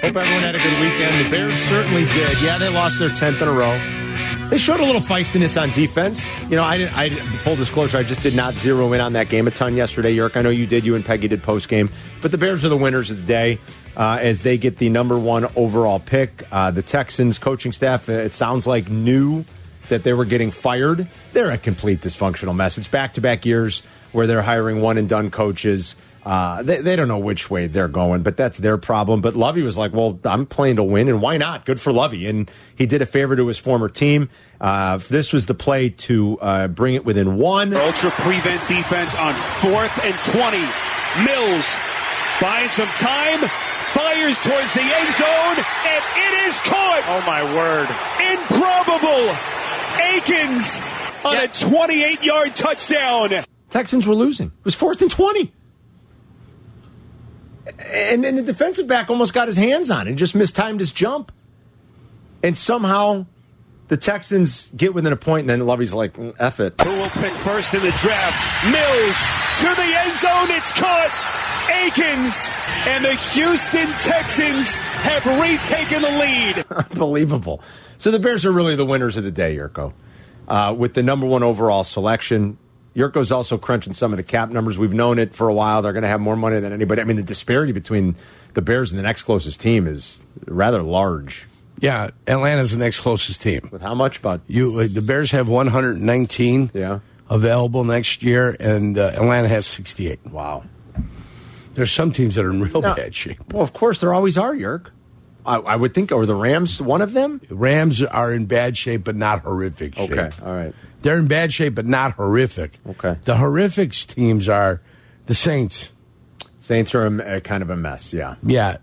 Hope everyone had a good weekend. The Bears certainly did. Yeah, they lost their 10th in a row. They showed a little feistiness on defense. You know, I didn't, I, full disclosure, I just did not zero in on that game a ton yesterday, Yerk. I know you did. You and Peggy did post game. But the Bears are the winners of the day uh, as they get the number one overall pick. Uh, the Texans coaching staff, uh, it sounds like, knew that they were getting fired. They're a complete dysfunctional mess. It's back to back years where they're hiring one and done coaches. Uh, they, they don't know which way they're going, but that's their problem. But Lovey was like, well, I'm playing to win, and why not? Good for Lovey. And he did a favor to his former team. Uh, this was the play to uh, bring it within one. Ultra prevent defense on fourth and 20. Mills buying some time, fires towards the end zone, and it is caught. Oh, my word. Improbable. Akins on a 28 yard touchdown. Texans were losing. It was fourth and 20. And then the defensive back almost got his hands on it and just mistimed his jump. And somehow the Texans get within a point, and then Lovey's like, "Mm, F it. Who will pick first in the draft? Mills to the end zone. It's caught. Akins and the Houston Texans have retaken the lead. Unbelievable. So the Bears are really the winners of the day, Yurko, uh, with the number one overall selection. Yurko's also crunching some of the cap numbers. We've known it for a while. They're going to have more money than anybody. I mean, the disparity between the Bears and the next closest team is rather large. Yeah, Atlanta's the next closest team. With how much, bud? You, uh, the Bears have 119 Yeah. available next year, and uh, Atlanta has 68. Wow. There's some teams that are in real No. bad shape. Well, of course, there always are, Yerk. I, I would think, or the Rams, one of them? The Rams are in bad shape, but not horrific shape. Okay, all right. They're in bad shape, but not horrific. Okay. The horrific teams are the Saints. Saints are a, a kind of a mess, yeah. Yeah.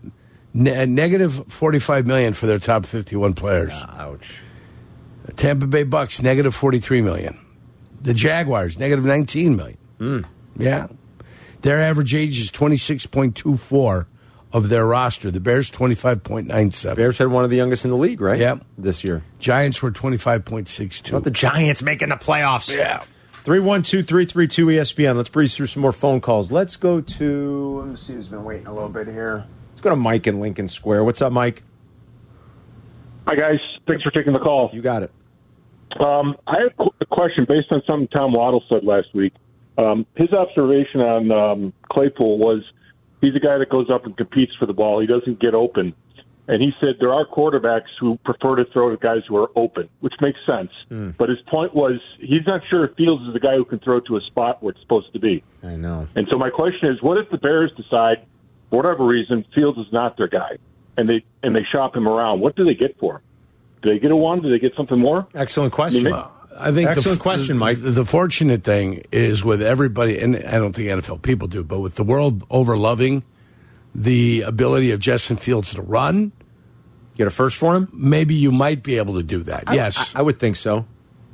Ne- negative 45 million for their top 51 players. Ouch. Tampa Bay Bucks negative 43 million. The Jaguars negative 19 million. Hmm. Yeah. Their average age is 26.24 of their roster. The Bears 25.97. Bears had one of the youngest in the league, right? Yep. This year. Giants were 25.62. About the Giants making the playoffs. yeah. 312-332 ESPN. Let's breeze through some more phone calls. Let's go to let me see who's been waiting a little bit here. Let's go to Mike in Lincoln Square. What's up, Mike? Hi guys, thanks for taking the call. You got it. Um, I have a question based on something Tom Waddle said last week. Um, his observation on um, Claypool was he's a guy that goes up and competes for the ball. He doesn't get open, and he said there are quarterbacks who prefer to throw to guys who are open, which makes sense. But his point was he's not sure if Fields is the guy who can throw to a spot where it's supposed to be. I know. And so my question is, what if the Bears decide, for whatever reason, Fields is not their guy, and they and they shop him around? What do they get for him? Do they get a one? Do they get something more? Excellent question. Well, I think the- Excellent question, Mike. The, the fortunate thing is with everybody, and I don't think NFL people do, but with the world over loving the ability of Justin Fields to run, Get a first for him? maybe you might be able to do that. yes, I, I would think so.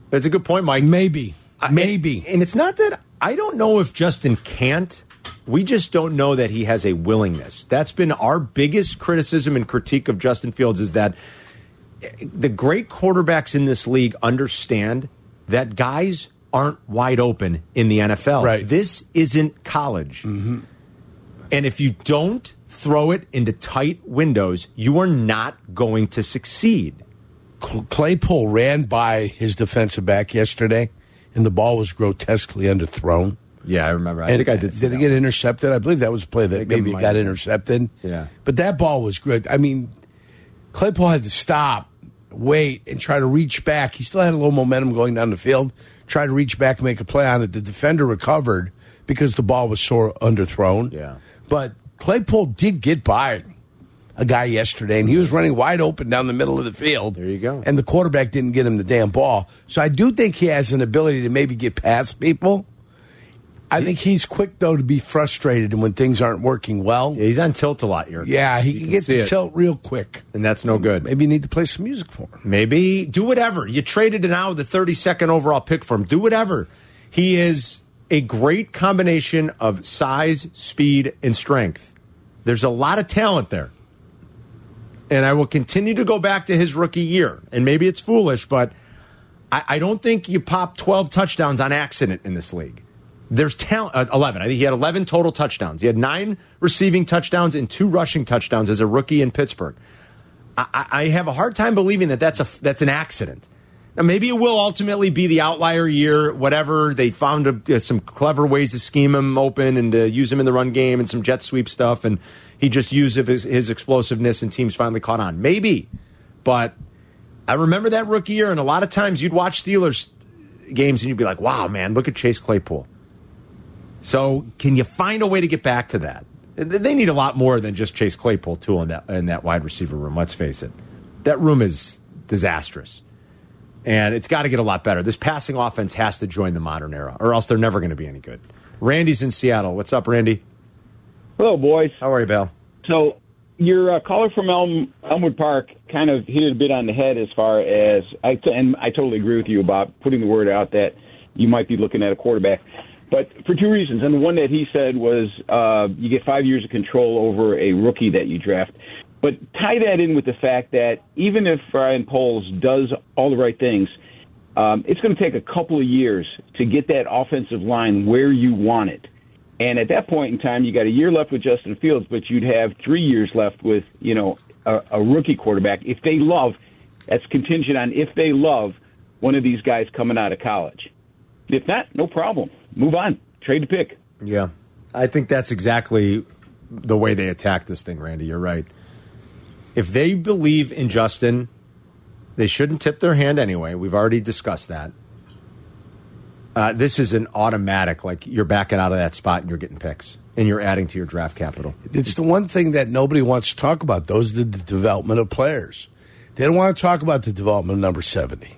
That's a good point, Mike. maybe, I- maybe. And, and it's not that I don't know if Justin can't. We just don't know that he has a willingness. That's been our biggest criticism and critique of Justin Fields is that eh, the great quarterbacks in this league understand that guys aren't wide open in the NFL. Right. Mm-hmm. This isn't college. And if you don't throw it into tight windows, you are not going to succeed. Cl- Claypool ran by his defensive back yesterday, and the ball was grotesquely underthrown. Yeah, I remember. I And think I uh, did. see it that get one. intercepted? I believe that was a play that think it maybe it might got have. intercepted. Yeah. But that ball was good. I mean, Claypool had to stop, wait, and try to reach back. He still had a little momentum going down the field. Try to reach back and make a play on it. The defender recovered because the ball was so underthrown. Yeah. But Claypool did get by a guy yesterday, and he was running wide open down the middle of the field. There you go. And the quarterback didn't get him the damn ball. So I do think he has an ability to maybe get past people. I think he's quick though to be frustrated and when things aren't working well. Yeah, he's on tilt a lot here. Yeah, he You can get see the it. tilt real quick. and that's no good. Maybe, Maybe you need to play some music for him. maybe do whatever. You traded an hour, the 32nd overall pick for him. Do whatever. He is a great combination of size, speed, and strength. There's a lot of talent there. And I will continue to go back to his rookie year. And maybe it's foolish, but I, I don't think you pop 12 touchdowns on accident in this league. there's talent. Uh, 11. I think he had 11 total touchdowns. He had nine receiving touchdowns and two rushing touchdowns as a rookie in Pittsburgh. I, I I have a hard time believing that that's a that's an accident. Now maybe it will ultimately be the outlier year, whatever they found a, uh, some clever ways to scheme him open and to use him in the run game and some jet sweep stuff, and he just used of his, his explosiveness and teams finally caught on. Maybe, but I remember that rookie year, and a lot of times you'd watch Steelers games and you'd be like, "Wow, man, look at Chase Claypool." So, can you find a way to get back to that? They need a lot more than just Chase Claypool too in that in that wide receiver room. Let's face it, that room is disastrous, and it's got to get a lot better. This passing offense has to join the modern era, or else they're never going to be any good. Randy's in Seattle. What's up, Randy? Hello, boys. How are you, Bill? So your uh, caller from Elm, Elmwood Park kind of hit it a bit on the head as far as I t- and I totally agree with you about putting the word out that you might be looking at a quarterback, but for two reasons. And the one that he said was uh, you get five years of control over a rookie that you draft. But tie that in with the fact that even if Brian Poles does all the right things, um, it's going to take a couple of years to get that offensive line where you want it. And at that point in time, you got a year left with Justin Fields, but you'd have three years left with you know a, a rookie quarterback if they love. That's contingent on if they love one of these guys coming out of college. If not, no problem. Move on. Trade the pick. Yeah, I think that's exactly the way they attack this thing, Randy. You're right. If they believe in Justin, they shouldn't tip their hand anyway. We've already discussed that. Uh, this is an automatic, like you're backing out of that spot and you're getting picks and you're adding to your draft capital. It's the one thing that nobody wants to talk about. Those are the development of players. They don't want to talk about the development of number 70.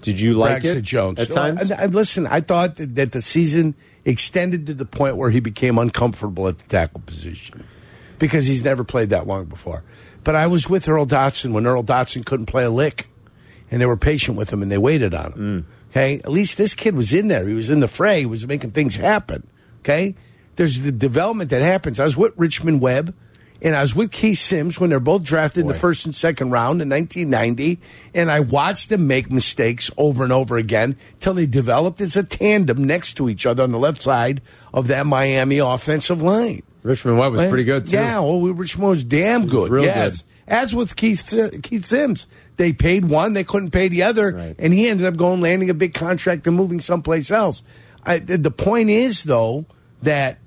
Did you like Braxton it Jones. at times? And, and listen, I thought that, that the season extended to the point where he became uncomfortable at the tackle position because he's never played that long before. But I was with Earl Dotson when Earl Dotson couldn't play a lick, and they were patient with him and they waited on him. Okay, at least this kid was in there. He was in the fray. He was making things happen. Okay, there's the development that happens. I was with Richmond Webb. And I was with Keith Sims when they're both drafted in the Boy. first and second round in 1990, and I watched them make mistakes over and over again till they developed as a tandem next to each other on the left side of that Miami offensive line. Richmond Webb was pretty good too. Yeah, well, we- Richmond was damn good. real yes. good. As with Keith Keith Sims, they paid one, they couldn't pay the other, Right. and he ended up going landing a big contract and moving someplace else. I, the the point is though that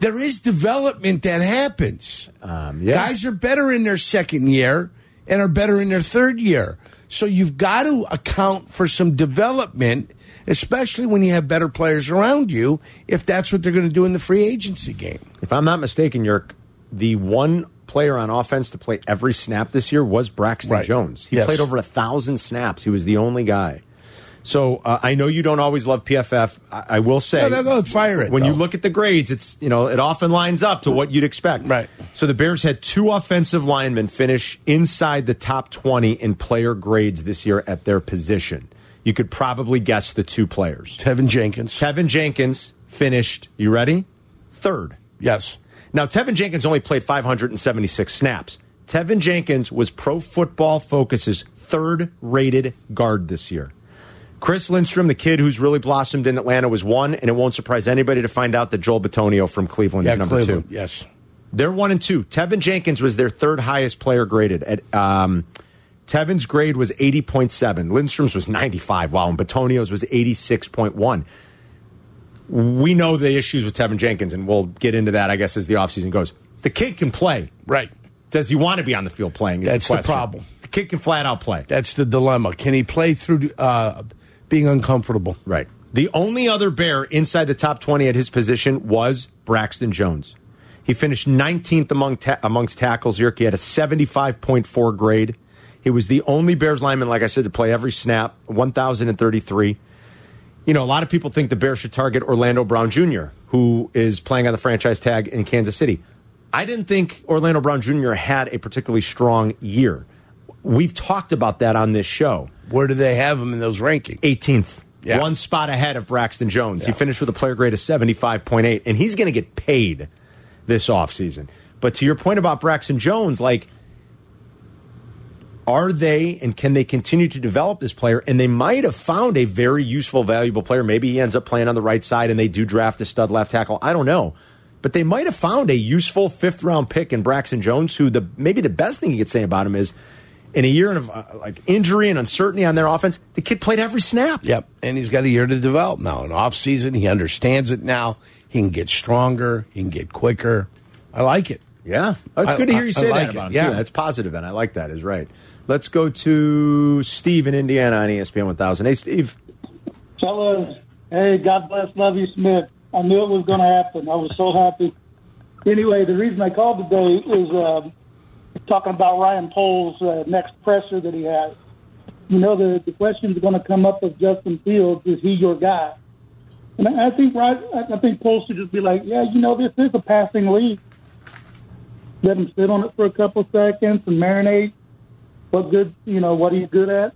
there is development that happens. Um, yeah. Guys are better in their second year and are better in their third year. So you've got to account for some development, especially when you have better players around you, if that's what they're going to do in the free agency game. If I'm not mistaken, Yerk, the one player on offense to play every snap this year was Braxton Right. Jones. He Yes. played over a thousand snaps. He was the only guy. So uh, I know you don't always love PFF. I, I will say, No, no, no, fire it, When you though. look at the grades, it's you know it often lines up to what you'd expect. Right. So the Bears had two offensive linemen finish inside the top twenty in player grades this year at their position. You could probably guess the two players. Tevin Jenkins. Tevin Jenkins finished. You ready? Third. yes. Now, Tevin Jenkins only played 576 snaps. Tevin Jenkins was Pro Football Focus's third rated guard this year. Chris Lindstrom, the kid who's really blossomed in Atlanta, was one, and it won't surprise anybody to find out that Joel Batonio from Cleveland Yeah, is number Cleveland. two. Yes. They're one and two. Tevin Jenkins was their third highest player graded. At um, Tevin's grade was 80.7. Lindstrom's was 95. Wow, and Batonio's was 86.1 we know the issues with Tevin Jenkins, and we'll get into that, I guess, as the offseason goes. The kid can play. Right. Does he want to be on the field playing? is That's the question. problem. The kid can flat out play. That's the dilemma. Can he play through uh, being uncomfortable? Right. The only other bear inside the top 20 at his position was Braxton Jones. He finished 19th among ta- amongst tackles. Yerk, he had a 75.4 grade. He was the only Bears lineman, like I said, to play every snap, 1,033. You know, a lot of people think the Bears should target Orlando Brown Jr., who is playing on the franchise tag in Kansas City. I didn't think Orlando Brown Jr. had a particularly strong year. We've talked about that on this show. Where do they have him in those rankings? 18th. Yeah. One spot ahead of Braxton Jones. He finished with a player grade of 75.8, and he's going to get paid this offseason. But to your point about Braxton Jones, like, Are they and can they continue to develop this player? And they might have found a very useful, valuable player. Maybe he ends up playing on the right side and they do draft a stud left tackle. I don't know. But they might have found a useful fifth round pick in Braxton Jones, who the maybe the best thing you could say about him is in a year of uh, like injury and uncertainty on their offense, the kid played every snap. Yep. And he's got a year to develop now. An off season, he understands it now. He can get stronger. He can get quicker. I like it. Yeah. It's I- good to hear you I- say I like that about it, him. yeah. Too. That's positive, and I like that, is right. Let's go to Steve in Indiana on E ESPN 1000. Hey, Steve. Fellas, hey, God bless Lovey Smith. I knew it was going to happen. I was so happy. Anyway, the reason I called today is um talking about Ryan Pohl's uh, next pressure that he has. You know, the, the question is going to come up of Justin Fields is he your guy? And I I think Ryan, I I think Pohl should just be like, yeah, you know, this is a passing league. Let him sit on it for a couple seconds and marinate. What good, you know, what are you good at?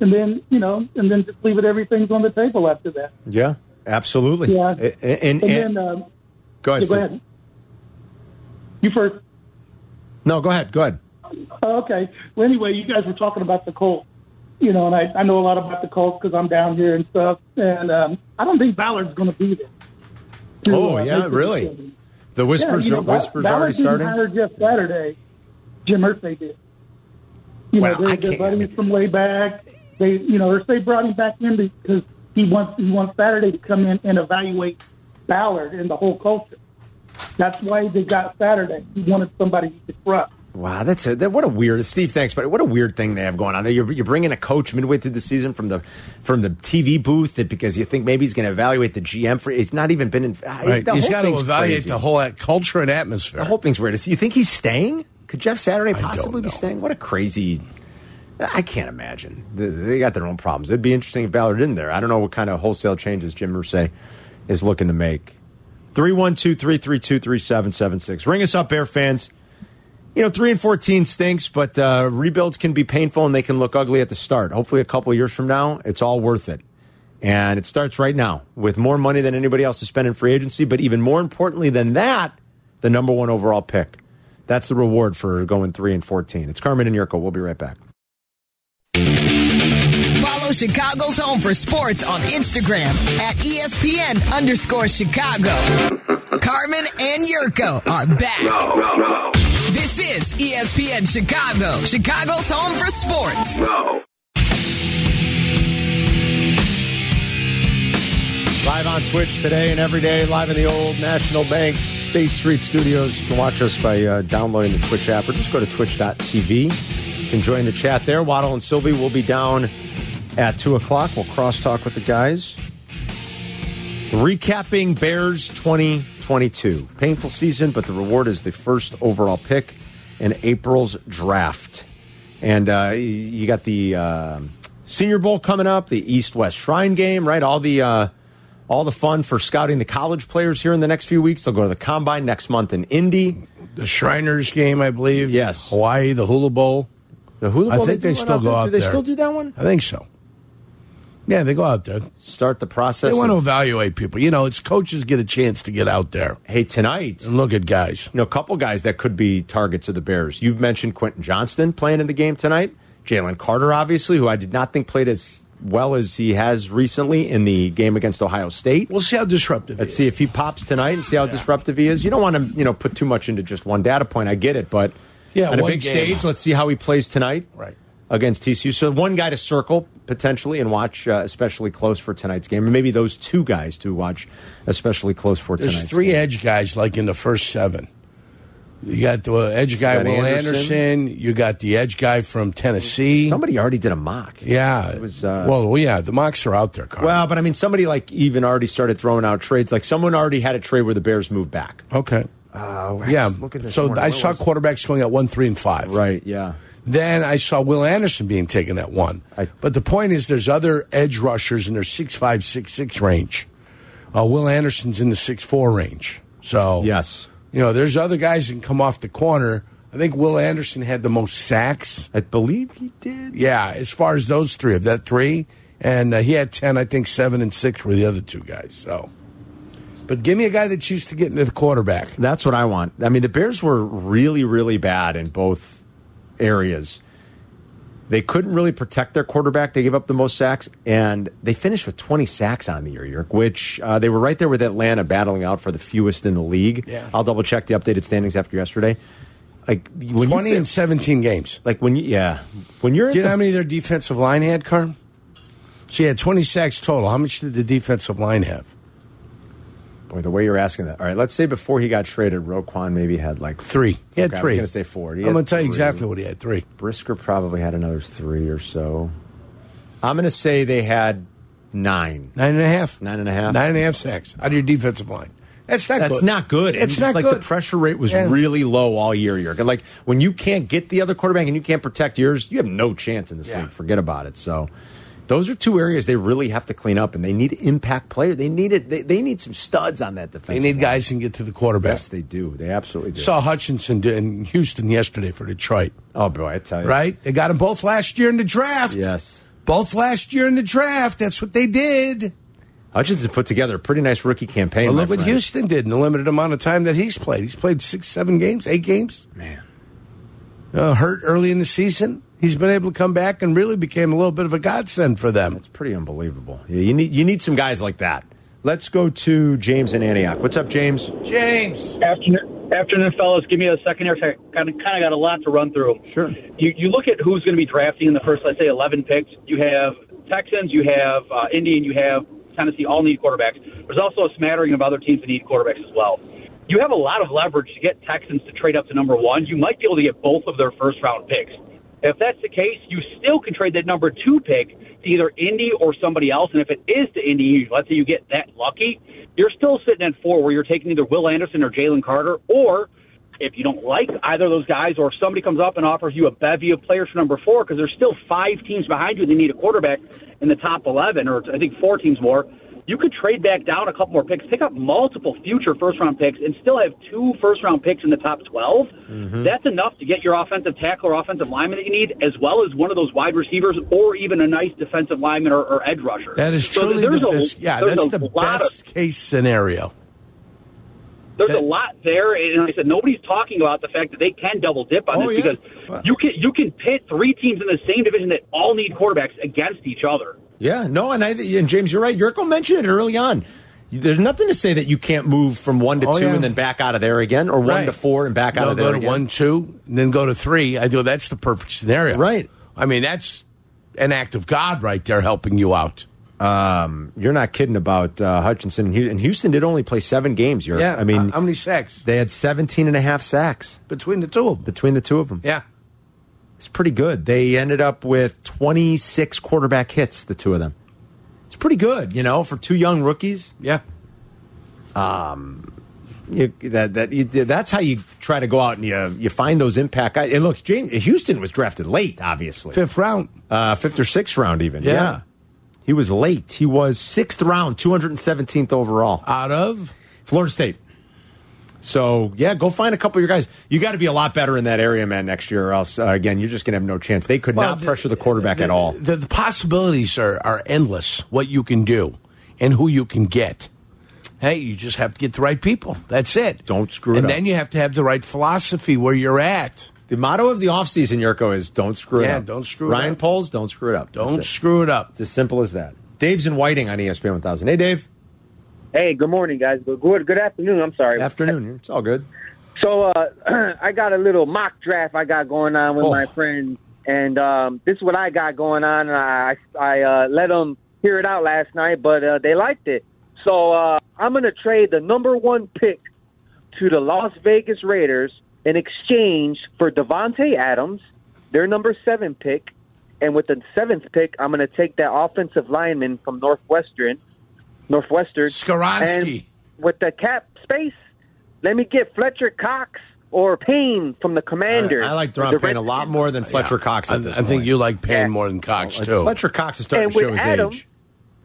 and then you know, and then just leave it. Everything's on the table after that. Yeah, absolutely. Yeah. A- a- And, And and- then um, go yeah, ahead, go Steve. ahead. You first. No, go ahead. Go ahead. Oh, okay. Well, anyway, you guys were talking about the Colts, you know, and I, I know a lot about the Colts because I'm down here and stuff. And um, I don't think Ballard's going to be there. to, Oh, uh, yeah, make the really? decision. The whispers, yeah, you know, are, whispers are Ballard already didn't starting. Hire Jeff Saturday. Jim Irsay did. You Well, know, they're, I they're can't- buddies from way back. They, you know, Irsay brought him back in because he wants he wants Saturday to come in and evaluate Ballard and the whole culture. That's why they got Saturday. He wanted somebody he could trust. Wow, that's a, that, what a weird Steve. Thanks, but what a weird thing they have going on there. You're, you're bringing a coach midway through the season from the from the TV booth that because you think maybe he's going to evaluate the GM for. He's not even been in. ah, Right. the he's whole got to thing's evaluate crazy. the whole at- culture and atmosphere. The whole thing's weird. Is- You think he's staying? Could Jeff Saturday don't possibly be know. staying? What a crazy. I can't imagine. They- They got their own problems. It'd be interesting if Ballard in there. I don't know what kind of wholesale changes Jim Mersey is looking to make. 312 332 3776. Ring us up, Bear fans. You know, 3 and 14 stinks, but uh, rebuilds can be painful and they can look ugly at the start. Hopefully, a couple years from now, it's all worth it. And it starts right now with more money than anybody else to spend in free agency. But even more importantly than that, the number one overall pick. That's the reward for going 3 and 14. It's Carmen and Yurko. We'll be right back. Follow Chicago's Home for Sports on Instagram at E ESPN underscore Chicago. Carmen and Yurko are back. This is E ESPN Chicago, Chicago's Home for Sports. Live on Twitch today and every day, live in the old National Bank State Street Studios. You can watch us by uh, downloading the Twitch app or just go to twitch.tv. You can join the chat there. Waddle and Sylvie will be down at 2 o'clock. We'll crosstalk with the guys. Recapping Bears 2022. Painful season, but the reward is the first overall pick in April's draft. And uh, y- you got the um Senior Bowl coming up, the East West Shrine game, right? All the. Uh, all the fun for scouting the college players here in the next few weeks. They'll go to the combine next month in Indy. the Shriners game, I believe. Yes. Hawaii, the Hula Bowl. The Hula I Bowl, think do they one still out go there. out Do they there. still do that one? I think so. Yeah, they go out there. Start the process. They want to of- evaluate people. You know, it's coaches get a chance to get out there hey, tonight, you and look at guys. know, a couple guys that could be targets of the Bears. You've mentioned Quentin Johnston playing in the game tonight. Jalen Carter, obviously, who I did not think played as well as he has recently in the game against Ohio State. We'll see how disruptive. Let's see if he pops tonight and see how disruptive he is. You don't want to, you know, put too much into just one data point. I get it, but Yeah, on a one big game. stage, let's see how he plays tonight. Right. Against TCU. So one guy to circle potentially and watch uh, especially close for tonight's game. And maybe those two guys to watch especially close for There's tonight's three game. edge guys like in the first seven. You got the uh, edge guy Got Will Anderson. Anderson. You got the edge guy from Tennessee. Somebody already did a mock. yeah. It was, uh, well, well, yeah. The mocks are out there, Carl. Well, but I mean, somebody like even already started throwing out trades. Like someone already had a trade where the Bears moved back. okay. Oh, yeah. So I saw quarterbacks going at one, three, and five. Right, yeah. Then I saw Will Anderson being taken at one. I- but the point is, there's other edge rushers in their six five, six six range. Uh, Will Anderson's in the six four range. So Yes. you know, there's other guys that can come off the corner. I think Will Anderson had the most sacks. I believe he did. Yeah, as far as those three, of that three, and uh, he had ten. I think seven and six were the other two guys. So, but give me a guy that's used to getting to the quarterback. That's what I want. I mean, the Bears were really, really bad in both areas. They couldn't really protect their quarterback. They gave up the most sacks, and they finished with 20 sacks on the year, Yerk, which uh, they were right there with Atlanta battling out for the fewest in the league. Yeah. I'll double check the updated standings after yesterday. Like when you Twenty fi- and seventeen games. like when you yeah when you're at Do you know the- how many their defensive line had, Carm? She had twenty sacks total. How much did the defensive line have? boy the way you're asking that all right let's say before he got traded Roquan maybe had like Three. He had Okay, I was three. gonna say four. He I'm had going to tell you three. exactly what he had. Three. Brisker probably had another three or so I'm gonna say they had nine Nine and a half. Nine and a half. Nine and a half sacks out of your defensive line. That's not. That's good. not good. It's and not like good. the pressure rate was Yeah. really low all year, Jurgen. Like when you can't get the other quarterback and you can't protect yours, you have no chance in this Yeah. league. Forget about it. So those are two areas they really have to clean up and they need impact player. They need it they, they need some studs on that They defense. need guys who can get to the quarterback. Yes, they do. They absolutely do. Saw Hutchinson do- in Houston yesterday for Detroit. oh boy, I tell you. Right? They got them both last year in the draft. Yes. Both last year in the draft. That's what they did. Hutchinson put together a pretty nice rookie campaign. But my look what friend. Houston did in the limited amount of time that he's played. He's played six, seven games, eight games. Man. Uh, hurt early in the season. He's been able to come back and really became a little bit of a godsend for them. It's pretty unbelievable. Yeah, you need you need some guys like that. Let's go to James in Antioch. What's up, James? James. Afternoon, afternoon, fellas. Give me a second here. Kind of, kind of got a lot to run through. Sure. You, you look at who's going to be drafting in the first, let's say, eleven picks. You have Texans, you have uh, Indian, you have Tennessee. All need quarterbacks. There's also a smattering of other teams that need quarterbacks as well. You have a lot of leverage to get Texans to trade up to number one. You might be able to get both of their first round picks. If that's the case, you still can trade that number two pick to either Indy or somebody else. And if it is to Indy, let's say you get that lucky, you're still sitting at four where you're taking either Will Anderson or Jalen Carter. Or if you don't like either of those guys, or if somebody comes up and offers you a bevy of players for number four, because there's still five teams behind you that need a quarterback in the top 11, or I think four teams more, you could trade back down a couple more picks, pick up multiple future first round picks, and still have two first round picks in the top 12. Mm-hmm. That's enough to get your offensive tackle or offensive lineman that you need, as well as one of those wide receivers, or even a nice defensive lineman or, or edge rusher. That is So truly there's the a- best. Yeah, there's that's a the lot of- best case scenario. there's That- a lot there, and like I said nobody's talking about the fact that they can double dip on Oh, this yeah. because Wow. you can you can pit three teams in the same division that all need quarterbacks against each other. Yeah, no, and I and James, you're right. Yurko mentioned it early on. There's nothing to say that you can't move from one to two Oh, yeah. and then back out of there again, or one Right. to four and back out No, of there go to again. one, two, and then go to three. I do. That's the perfect scenario. Right. I mean, that's an act of God right there helping you out. You're not kidding about uh, Hutchinson and Houston. and Houston did only play seven games. Yurk. I mean, how many sacks they had 17 and a half sacks between the two of them? between the two of them. Yeah. It's pretty good. They ended up with 26 quarterback hits, the two of them. It's pretty good, you know, for two young rookies. Yeah. You, that that you, that's how you try to go out and you you find those impact guys. And look, James, Houston was drafted late, obviously. Fifth round. uh, fifth or sixth round, even. Yeah. He was late. He was sixth round, 217th overall. Out of. Florida State. So, yeah, go find a couple of your guys. You got to be a lot better in that area, man, next year, or else, uh, again, you're just going to have no chance. They could Well, not pressure the quarterback at all. The, the possibilities are, are endless, what you can do and who you can get. Hey, you just have to get the right people. That's it. Don't screw it And up. then you have to have the right philosophy where you're at. The motto of the offseason, Yurko, is don't screw it Yeah, up. don't screw it Ryan up. Poles, don't screw it up. Don't That's it. screw it up. It's as simple as that. Dave's in Whiting on E ESPN 1000. Hey, Dave. Hey, good morning, guys. Good good, good afternoon. I'm sorry. Afternoon. It's all good. So uh, I got a little mock draft I got going on with Oh. my friends, and um, this is what I got going on. And I I uh, let them hear it out last night, but uh, they liked it. So uh, I'm going to trade the number one pick to the Las Vegas Raiders in exchange for Devontae Adams, their number seven pick, and with the seventh pick, I'm going to take that offensive lineman from Northwestern, Northwestern Skaronski. And with the cap space, let me get Fletcher Cox or Payne from the Commanders. I like Deron Payne a lot more than Fletcher Cox I, at this I think point. you like Payne Yeah. more than Cox, Like, too. Fletcher Cox is starting And to show with his Adam- age.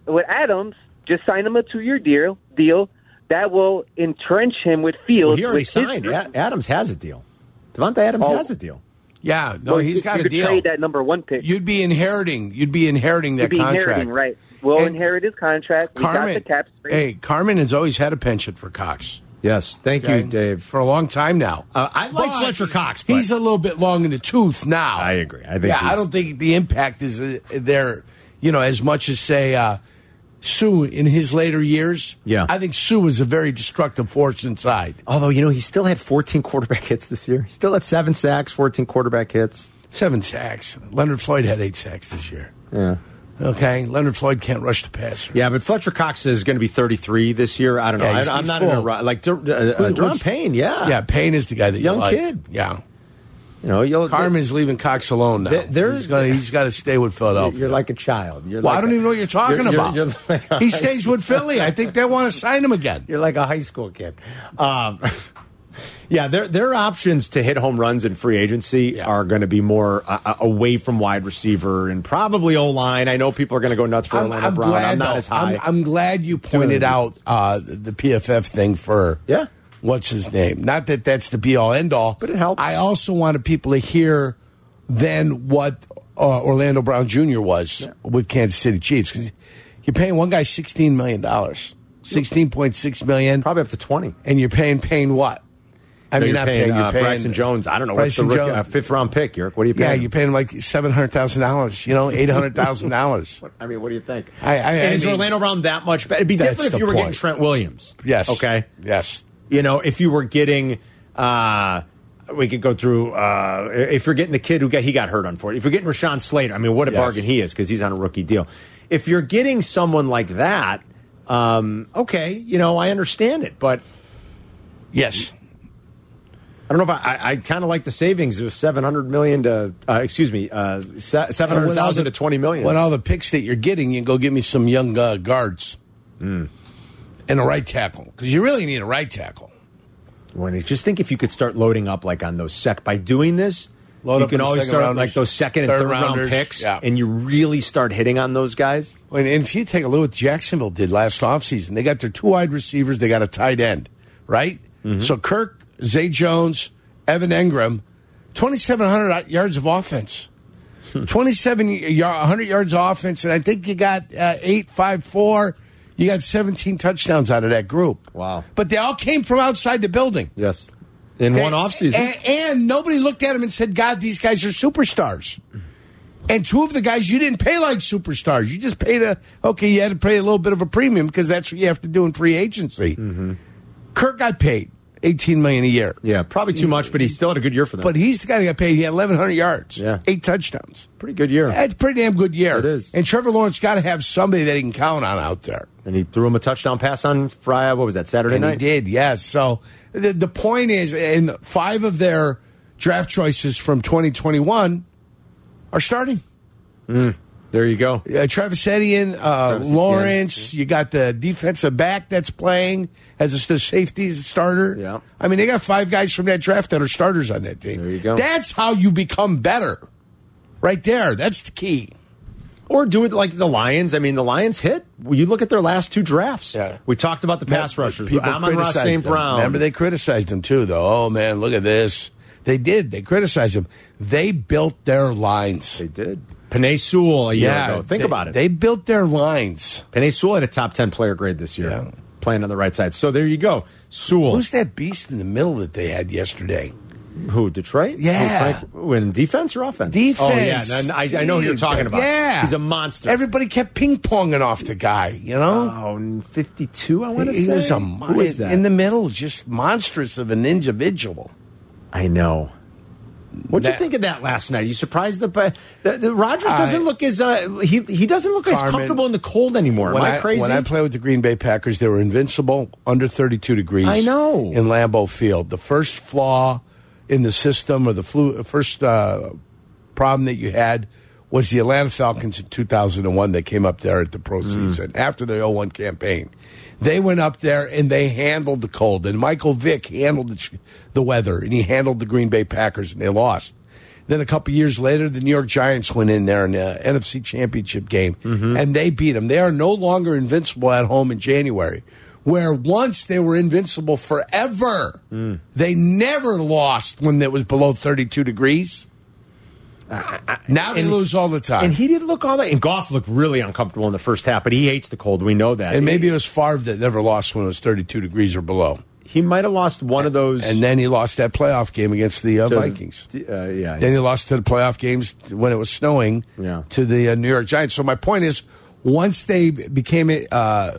With Adams, just sign him a two-year deal. Deal that will entrench him with Fields. Well, he already with his- signed. A- Adams has a deal. Devonta Adams Oh. has a deal. Yeah, no, Well, he's you- got you a could deal. Trade that number one pick. You'd be inheriting. You'd be inheriting that You'd be contract. inheriting, right? We'll And inherit his contract. We got Carmen, the cap space. hey, Carmen has always had a penchant for Cox. Yes. Thank okay, you, Dave. For a long time now. Uh, I like But Fletcher Cox, but- He's a little bit long in the tooth now. I agree. I think yeah, he's- I don't think the impact is uh, there, you know, as much as, say, uh, Sue in his later years. Yeah. I think Sue was a very destructive force inside. Although, you know, he still had 14 quarterback hits this year. He still had seven sacks, 14 quarterback hits. Seven sacks. Leonard Floyd had eight sacks this year. Yeah. Okay. Leonard Floyd can't rush the passer. Yeah, but Fletcher Cox is going to be 33 this year. I don't know. Yeah, he's- I, am he's not in a full. ru- like Dur- uh, uh, Who- Deron who's- Payne. Yeah, Yeah. Payne is the guy that you Young like. kid. Yeah. You know, you'll, Carmen's leaving Cox alone now. There- there- he's gonna- he's got to stay with Philadelphia. You're like a child. You're Well, like I don't a- even know what you're talking you're- about. You're, you're like a he high stays school- with Philly. I think they want to sign him again. You're like a high school kid. Um, yeah, their their options to hit home runs in free agency Yeah. are going to be more uh, uh, away from wide receiver and probably O line. I know people are going to go nuts for Orlando Brown. I'm not though. as high. I'm, I'm glad you pointed Dude. out uh, the PFF thing for Yeah. What's his name? Not that that's the be all end all, But it helps. I also wanted people to hear then what uh, Orlando Brown Jr. was with Kansas City Chiefs 'Cause you're paying one guy sixteen million dollars, sixteen point six million, probably up to twenty. and you're paying paying what? I No, mean, you're not paying, paying, uh, you're paying Bryson Jones. I don't know Bryson what's the rookie, Jones. uh, fifth round pick, Eric. What do you pay? Yeah, him? you paid him like seven hundred thousand dollars. You know, eight hundred thousand dollars. I mean, what do you think? I- I- I And is mean- Orlando Brown that much better? It'd be That's different if the you were getting point. Trent Williams. Yes. Okay. Yes. You know, if you were getting, uh, we could go through. Uh, if you're getting the kid who got he got hurt on for it. If you're getting Rashawn Slater, I mean, what a Yes. bargain he is because he's on a rookie deal. If you're getting someone like that, um, okay, you know, I understand it, but Yes. I don't know if I, I, I kind of like the savings of seven hundred million to, uh, excuse me, uh, seven And hundred with all thousand the- to twenty million. With all the picks that you're getting, you go give me some young uh, guards Hmm. and a right tackle because you really need a right tackle. When it, just think if you could start loading up like on those sec by doing this, Load you up can on the always second start rounders, like those second and third third, round rounders, picks, yeah. and you really start hitting on those guys. And, and if you take a look at what Jacksonville did last offseason, they got their two wide receivers, they got a tight end, right? So Kirk, Zay Jones, Evan Engram, 2,700 yards of offense. 27 yard, 100 yards of offense, and I think you got uh, eight, five, four. You got 17 touchdowns out of that group. Wow. But they all came from outside the building. Yes, in one And- offseason. And, and nobody looked at him and said, God, these guys are superstars. And two of the guys you didn't pay like superstars. You just paid a, okay, you had to pay a little bit of a premium because that's what you have to do in free agency. Mm-hmm. Kirk got paid 18 million a year. yeah, probably too much, but he still had a good year for them. But he's the guy that got paid. He had 1,100 yards, Yeah. eight touchdowns. pretty good year, That's a pretty damn good year. It is. And Trevor Lawrence got to have somebody that he can count on out there. and he threw him a touchdown pass on Friday. What was that Saturday And he night? did, yes. So the, the point is, in five of their draft choices from 2021 are starting. There you go. Uh, Travis Etienne, uh, Travis Etienne, Lawrence. You got the defensive back that's playing as a the safety as a starter. Yeah. I mean, they got five guys from that draft that are starters on that team. There you go. That's how you become better. Right there. That's the key. Or do it like the Lions. I mean, the Lions hit. You look at their last two drafts. Yeah. We talked about the pass rushers. People Amon Ross criticized St. them. Brown. Remember, they criticized him too, though. Oh man, look at this. They did. They criticized him. They built their lines. They did. Panay Sewell a year ago. Think they- about it. They built their lines. Penny Sewell had a top 10 player grade this year, Yeah. playing on the right side. So there you go. Sewell. Who's that beast in the middle that they had yesterday? who, Detroit? Yeah. Who, Frank- who, in defense or offense? Defense. Oh, yeah. No, no, I, I know who you're Dude, talking about. Yeah, He's a monster. Everybody kept ping ponging off the guy. You know, Oh, and 52, I want to say. he was a mon- Who is that? in the middle, just monstrous of an individual. I know. What'd you That- think of that last night? You surprised that by the, the Rogers doesn't I- look as uh, he he doesn't look as Carmen, comfortable in the cold anymore. Am when I, crazy? When I played with the Green Bay Packers, they were invincible under 32 degrees. I know. In Lambeau Field. The first flaw in the system or the flu, first uh, problem that you had was the Atlanta Falcons in 2001 that came up there at the Mm. pro season after the 01 campaign. They went up there and they handled the cold. And Michael Vick handled the, the weather and he handled the Green Bay Packers and they lost. Then a couple years later, the New York Giants went in there in the NFC Championship game and they beat them. They are no longer invincible at home in January, where once they were invincible forever. They never lost when it was below 32 degrees. Now they lose all the time. and And, he didn't look all that. And Goff looked really uncomfortable in the first half, but he hates the cold. We know that. maybe it was Favre that never lost when it was 32 degrees or below. He might have lost one of those. And then he lost that playoff game against the uh, to- Vikings. Uh, yeah. Then he lost to the playoff games when it was snowing Yeah. to the uh, New York Giants. So my point is, once they became it, uh,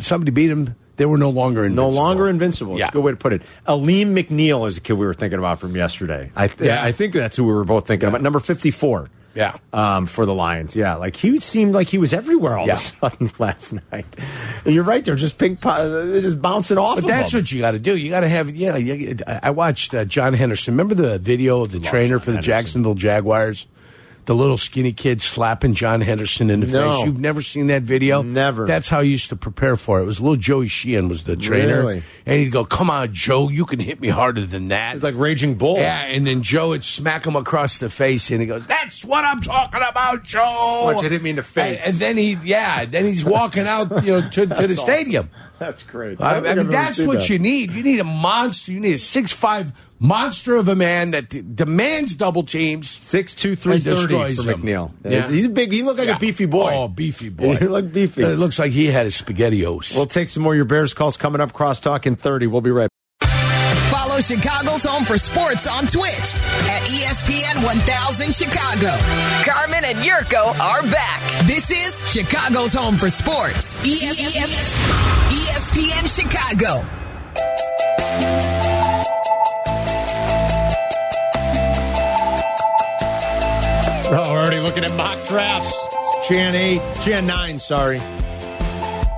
somebody beat them, they were no longer no invincible. longer invincible. It's Yeah. a good way to put it. Aleem McNeil is a kid we were thinking about from yesterday. I th- Yeah. I think that's who we were both thinking about. Number fifty four. Yeah. Um, for the Lions, yeah, like he seemed like he was everywhere all Yeah. of a sudden last night. And you're right, they're just ping pong, they're just bouncing off. But of that's them. what you got to do. You got to have, yeah. You, I I watched uh, John Henderson. Remember the video of the trainer for the Henderson. Jacksonville Jaguars? The little skinny kid slapping John Henderson in the No. face. You've never seen that video? Never. That's how you used to prepare for it. It was little Joey Sheehan was the trainer. Really? And he'd go, come on, Joe, you can hit me harder than that. It's like Raging Bull. yeah, and then Joe would smack him across the face, and he goes, "That's what I'm talking about, Joe." Watch, I didn't mean to face. And, and then he, yeah, then he's walking out, you know, to, to the awesome. stadium. that's great. I, I don't think mean, I've ever that's seen what that. you need. You need a monster. You need a six-five monster of a man that d- demands double teams. Six two three And thirty destroys for them. McNeil. Yeah. He's big. He looked like Yeah. a beefy boy. Oh, beefy boy. He looked beefy. It looks like he had a spaghettios. We'll take some more of your Bears calls coming up. Crosstalk in thirty. We'll be right. Follow Chicago's Home for Sports on Twitch at E ESPN 1000 Chicago. Carmen and Yurko are back. This is Chicago's Home for Sports. E ESPN Chicago. Oh, we're already looking at mock drafts. Jan 8, Jan 9, sorry.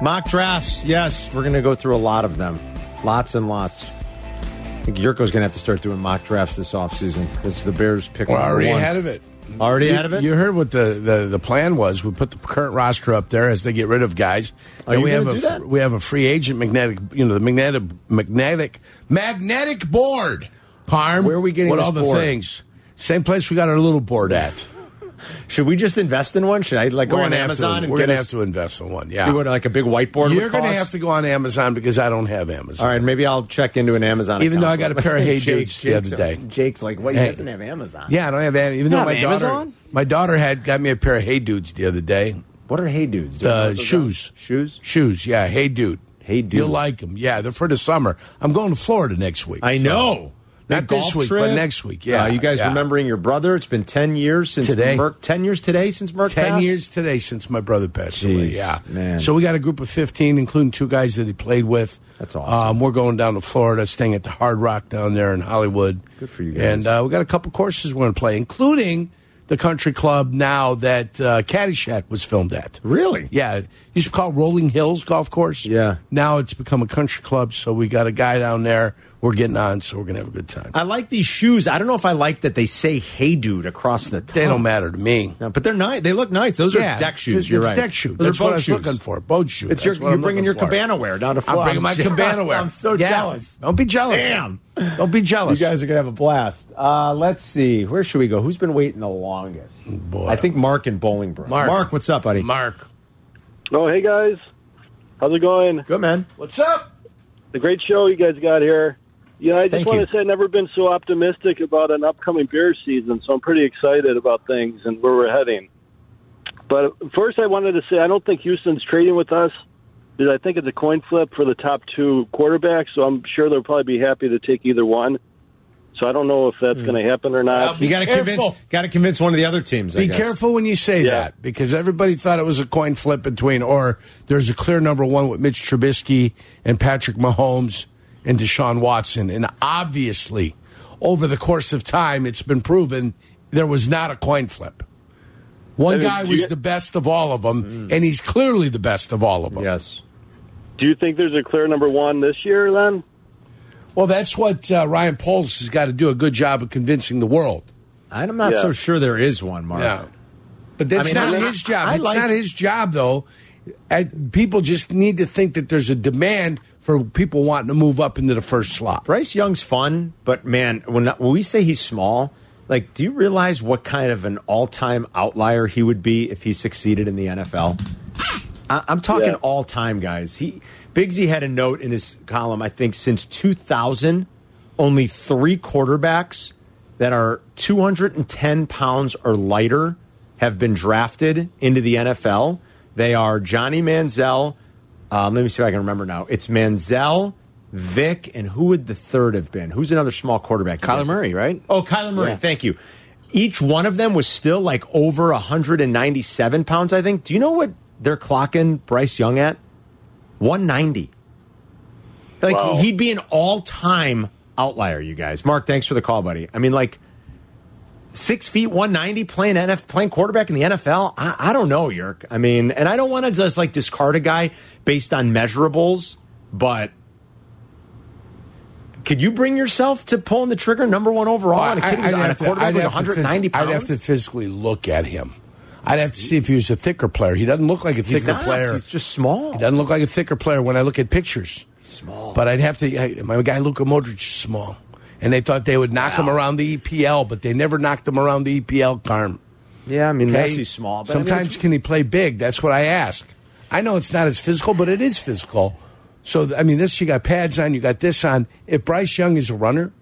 Mock drafts, yes, we're going to go through a lot of them. Lots and lots. I think Yurko's going to have to start doing mock drafts this offseason because the Bears pick We're number already one. ahead of it. Already You- ahead of it? You heard what the, the, the plan was. We put the current roster up there as they get rid of guys. Are And you we gonna have a do that? we have a free agent magnetic, you know, the magnetic magnetic magnetic board. Carm, Where are we getting what this all the board? things? Same place we got our little board at. Should we just invest in one? Should I like go We're on gonna have Amazon to, and we're get gonna us- have to invest in one. Yeah, see what like a big whiteboard You're would going to cost? have to go on Amazon because I don't have Amazon. All right, maybe I'll check into an Amazon Even though account. I got a pair of Hey Jake- Dudes the Jake's- other day. Jake's like, what? Hey. He doesn't have Amazon. Yeah, I don't have Amazon. Even though Not my daughter, Amazon? my daughter had got me a pair of Hey Dudes the other day. What are Hey Dudes? Do you know Uh, what those are? shoes, Shoes? shoes. Yeah, Hey Dude. Hey Dude. You'll like them. Yeah, they're for the summer. I'm going to Florida next week. I so- know. Not Big golf this week, trip. but next week. Yeah, Uh, you guys yeah. remembering your brother? It's been ten years since Today. Merck. Ten years today since Merck. Ten passed? years today since my brother passed away. Jeez, Yeah, man. So we got a group of fifteen, including two guys that he played with. That's awesome. Um, we're going down to Florida, staying at the Hard Rock down there in Hollywood. Good for you guys. And uh, we got a couple courses we're going to play, including the country club now that uh, Caddyshack was filmed at. Really? Yeah, it used to be called Rolling Hills Golf Course. Yeah. Now it's become a country club, so we got a guy down there. We're getting on, so we're gonna have a good time. I like these shoes. I don't know if I like that they say "Hey, dude" across the. Top. they don't matter to me. No, but they're nice. They look nice. Those are deck it's- shoes. you're it's right. Deck shoe. Those That's are boat what I was shoes. looking for. Boat shoe. It's That's your, what you're I'm bringing your looking for. cabana wear down to I'm Florida. bringing my cabana wear. I'm so Yeah. jealous. Don't be jealous. Damn. Don't be jealous. You guys are gonna have a blast. Uh, let's see. Where should we go? Who's been waiting the longest? boy. I think Mark and Bolingbrook. Mark. what's up, buddy? Mark, Oh, hey guys, how's it going? Good man. what's up? The great show you guys got here. You know, I just Thank want you. to say I've never been so optimistic about an upcoming beer season, so I'm pretty excited about things and where we're heading. But first, I wanted to say I don't think Houston's trading with us because I think it's a coin flip for the top two quarterbacks, so I'm sure they'll probably be happy to take either one. So I don't know if that's Hmm. going to happen or not. You got to careful. convince. Got to convince one of the other teams. I Be guess. careful when you say Yeah. that because everybody thought it was a coin flip between or there's a clear number one with Mitch Trubisky and Patrick Mahomes and Deshaun Watson. And obviously, over the course of time, it's been proven there was not a coin flip. One I mean, guy you was get- the best of all of Mm. them, and he's clearly the best of all of them. Yes. Do you think there's a clear number one this year then? Well, that's what uh, Ryan Poles has got to do a good job of convincing the world. I'm not Yeah. so sure there is one, Mark. Yeah. But that's I mean, not I- his job. I it's like- not his job, though. And people just need to think that there's a demand for people wanting to move up into the first slot. Bryce Young's fun, but man, when, when we say he's small, like, do you realize what kind of an all-time outlier he would be if he succeeded in the NFL? I, I'm talking Yeah. all-time guys. He Bigsy had a note in his column. I think since 2000, only three quarterbacks that are 210 pounds or lighter have been drafted into the NFL. They are Johnny Manziel. Um, let me see if I can remember now. It's Manziel, Vic, and who would the third have been? Who's another small quarterback? you Kyler guys- Murray, right? Oh, Kyler Murray. Yeah. Thank you. Each one of them was still like over 197 pounds, I think. Do you know what they're clocking Bryce Young at? 190. Like Wow. he'd be an all-time outlier, you guys. Mark, thanks for the call, buddy. I mean, like six feet, 190, playing NF, playing quarterback in the NFL. I, I don't know, Yerk. I mean, and I don't want to just like discard a guy based on measurables, but could you bring yourself to pulling the trigger number one overall on a kid who's I'd on a have to- quarterback I'd who's have to phys- 190 pounds? I'd have to physically look at him. I'd have to see if he was a thicker player. He doesn't look like a He's thicker not. player. He's just small. He doesn't look like a thicker player when I look at pictures. small. But I'd have to. I, my guy Luka Modric is small, and they thought they would knock him around the EPL, but they never knocked him around the EPL. Carm. yeah, I mean, Okay? Messi's small. But I mean, Sometimes it's- can he play big? That's what I ask. I know it's not as physical, but it is physical. So I mean, this you got pads on, you got this on. If Bryce Young is a runner,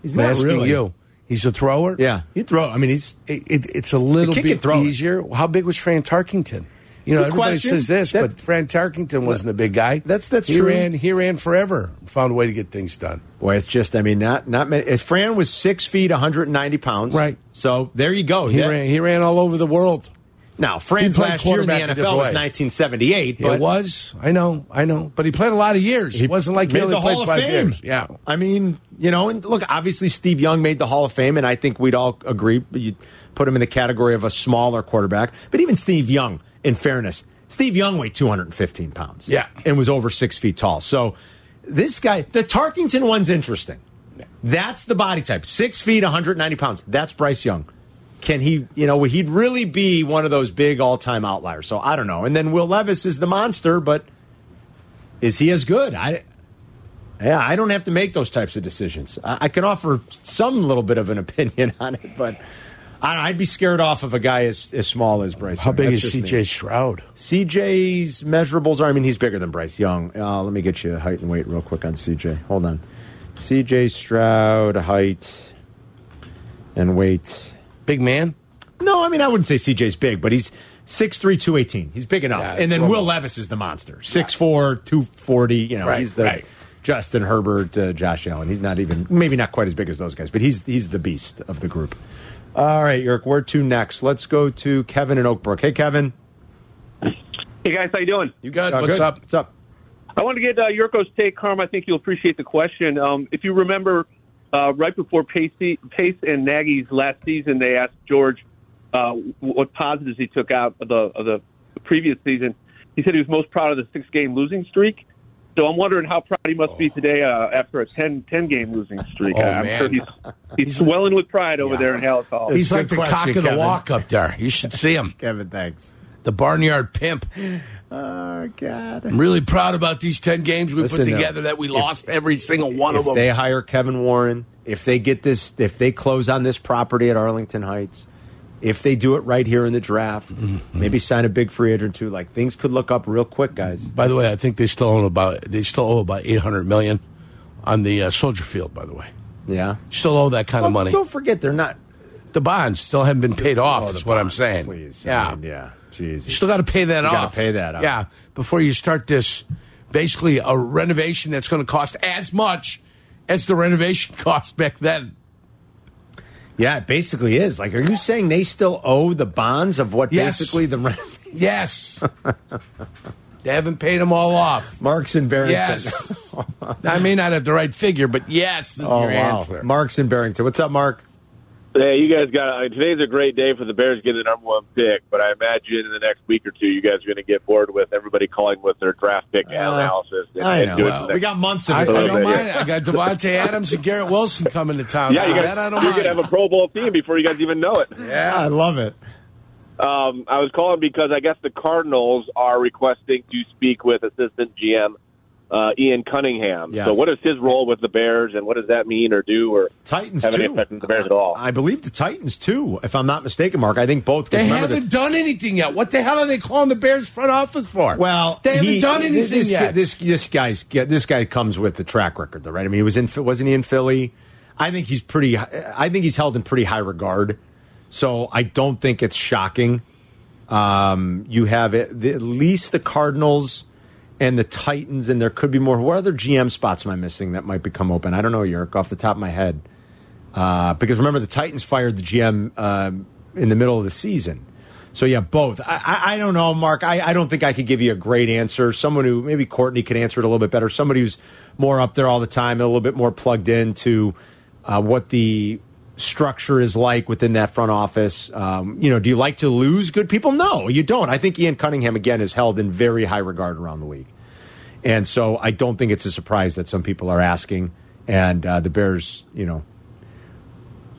he's I'm not asking really. you. He's a thrower. Yeah, he throw. I mean, he's It, it, it's a little The kid can bit throw it. easier. How big was Fran Tarkington? You know, Good everybody question. says this, That- but Fran Tarkington wasn't a big guy. That's- that's he true. Ran, he ran forever, found a way to get things done. boy. It's just, I mean, not not many. If Fran was six feet, 190 pounds, Right. So there you go. He Yeah. ran, he ran all over the world. Now, Fran's He played last year in the quarterback a NFL was different way. 1978, but it was, I know, I know, but he played a lot of years. it wasn't like he made only the played Hall of five Fame. years. Yeah, I mean, you know, and look, obviously Steve Young made the Hall of Fame, and I think we'd all agree. But you put him in the category of a smaller quarterback. But even Steve Young, in fairness, Steve Young weighed 215 pounds. Yeah. and was over six feet tall. So this guy, the Tarkington one's interesting. That's the body type, six feet, 190 pounds. That's Bryce Young. Can he, you know, he'd really be one of those big all time outliers. So I don't know. And then Will Levis is the monster, but is he as good? I, yeah, I don't have to make those types of decisions. I, I can offer some little bit of an opinion on it, but I, I'd be scared off of a guy as, as small as Bryce. How Young. big That's is just me. CJ Stroud? CJ's measurables are. I mean, he's bigger than Bryce Young. Uh, let me get you height and weight real quick on CJ. Hold on. CJ Stroud height and weight. Big man. No, I mean I wouldn't say CJ's big, but he's 6'3", 218. He's big enough. Yeah, it's and then normal. Will Levis is the monster. 6'4", 240. You know, Right, he's the right. Justin Herbert, uh, Josh Allen. He's not even maybe not quite as big as those guys, but he's he's the beast of the group. All right, Yerk, where to next? Let's go to Kevin in Oakbrook. Hey, Kevin. Hey guys, how you doing? You got Uh, what's good. up? What's up? I want to get uh, Yurko's take, Carm. I think you'll appreciate the question. Um, if you remember, uh, right before Pace, Pace and Nagy's last season, they asked George uh, what positives he took out of the, of the previous season. He said he was most proud of the six-game losing streak. So I'm wondering how proud he must Oh. be today uh, after a 10, 10 game losing streak. Oh, I'm man. sure he's, he's swelling with pride over there in Hallett's Hall. He's a like good the question, cock of the Kevin. walk up there. You should see him. Kevin, thanks. The barnyard pimp. Oh God. I'm really proud about these ten games we Listen, put together. uh, that we if- lost every single one if of them. they hire Kevin Warren, if they get this, if they close on this property at Arlington Heights, if they do it right here in the draft, Mm-hmm. maybe sign a big free agent too. Like things could look up real quick, guys. By the way, I think they still own about they still owe about eight hundred million on the uh, Soldier Field. By the way, Yeah, still owe that kind Oh, of money. Don't forget, they're not. The bonds still haven't been paid off. is what I'm saying. Please, I yeah, mean, yeah. Jeez. You still got to pay that You off. gotta pay that off. Yeah, before you start this, basically a renovation that's going to cost as much as the renovation cost back then. yeah, it basically is. Like, are you saying they still owe the bonds of what Yes. basically the rent? Yes, they haven't paid them all off. Marks and Barrington? Yes, I may not have the right figure, but yes, is Oh your wow, answer. Marks and Barrington. What's up, Mark? Hey, you guys got I mean, today's a great day for the Bears getting the number one pick, but I imagine in the next week or two, you guys are going to get bored with everybody calling with their draft pick analysis. And, I and know. doing Well, the- We got months of I, I it. little don't bit, mind. I got Devontae Adams and Garrett Wilson coming to town. yeah, so you guys, that I don't you mind. could have a Pro Bowl team before you guys even know it. yeah, I love it. Um, I was calling because I guess the Cardinals are requesting to speak with assistant GM uh, Ian Cunningham. Yes. So, what is his role with the Bears, and what does that mean or do or Titans have too. any effect on the Bears at all? I believe the Titans too, if I'm not mistaken, Mark. I think both. 'cause They remember the- haven't done anything yet. What the hell are they calling the Bears front office for? well, they haven't he- done anything this, yet. This this guy's this guy comes with the track record, though, right? I mean, he was in wasn't he in Philly? I think he's pretty. I think he's held in pretty high regard. So I don't think it's shocking. Um, you have at the- at least the Cardinals and the Titans, and there could be more. What other GM spots am I missing that might become open? I don't know, Yerk, off the top of my head. Uh, because remember, the Titans fired the GM um, in the middle of the season. So, yeah, both. I, I, I don't know, Mark. I, I don't think I could give you a great answer. Someone who, maybe Courtney could answer it a little bit better. Somebody who's more up there all the time, and a little bit more plugged into uh, what the structure is like within that front office. Um, you know, do you like to lose good people? No, you don't. I think Ian Cunningham again is held in very high regard around the league, and so I don't think it's a surprise that some people are asking, and uh, the Bears, you know,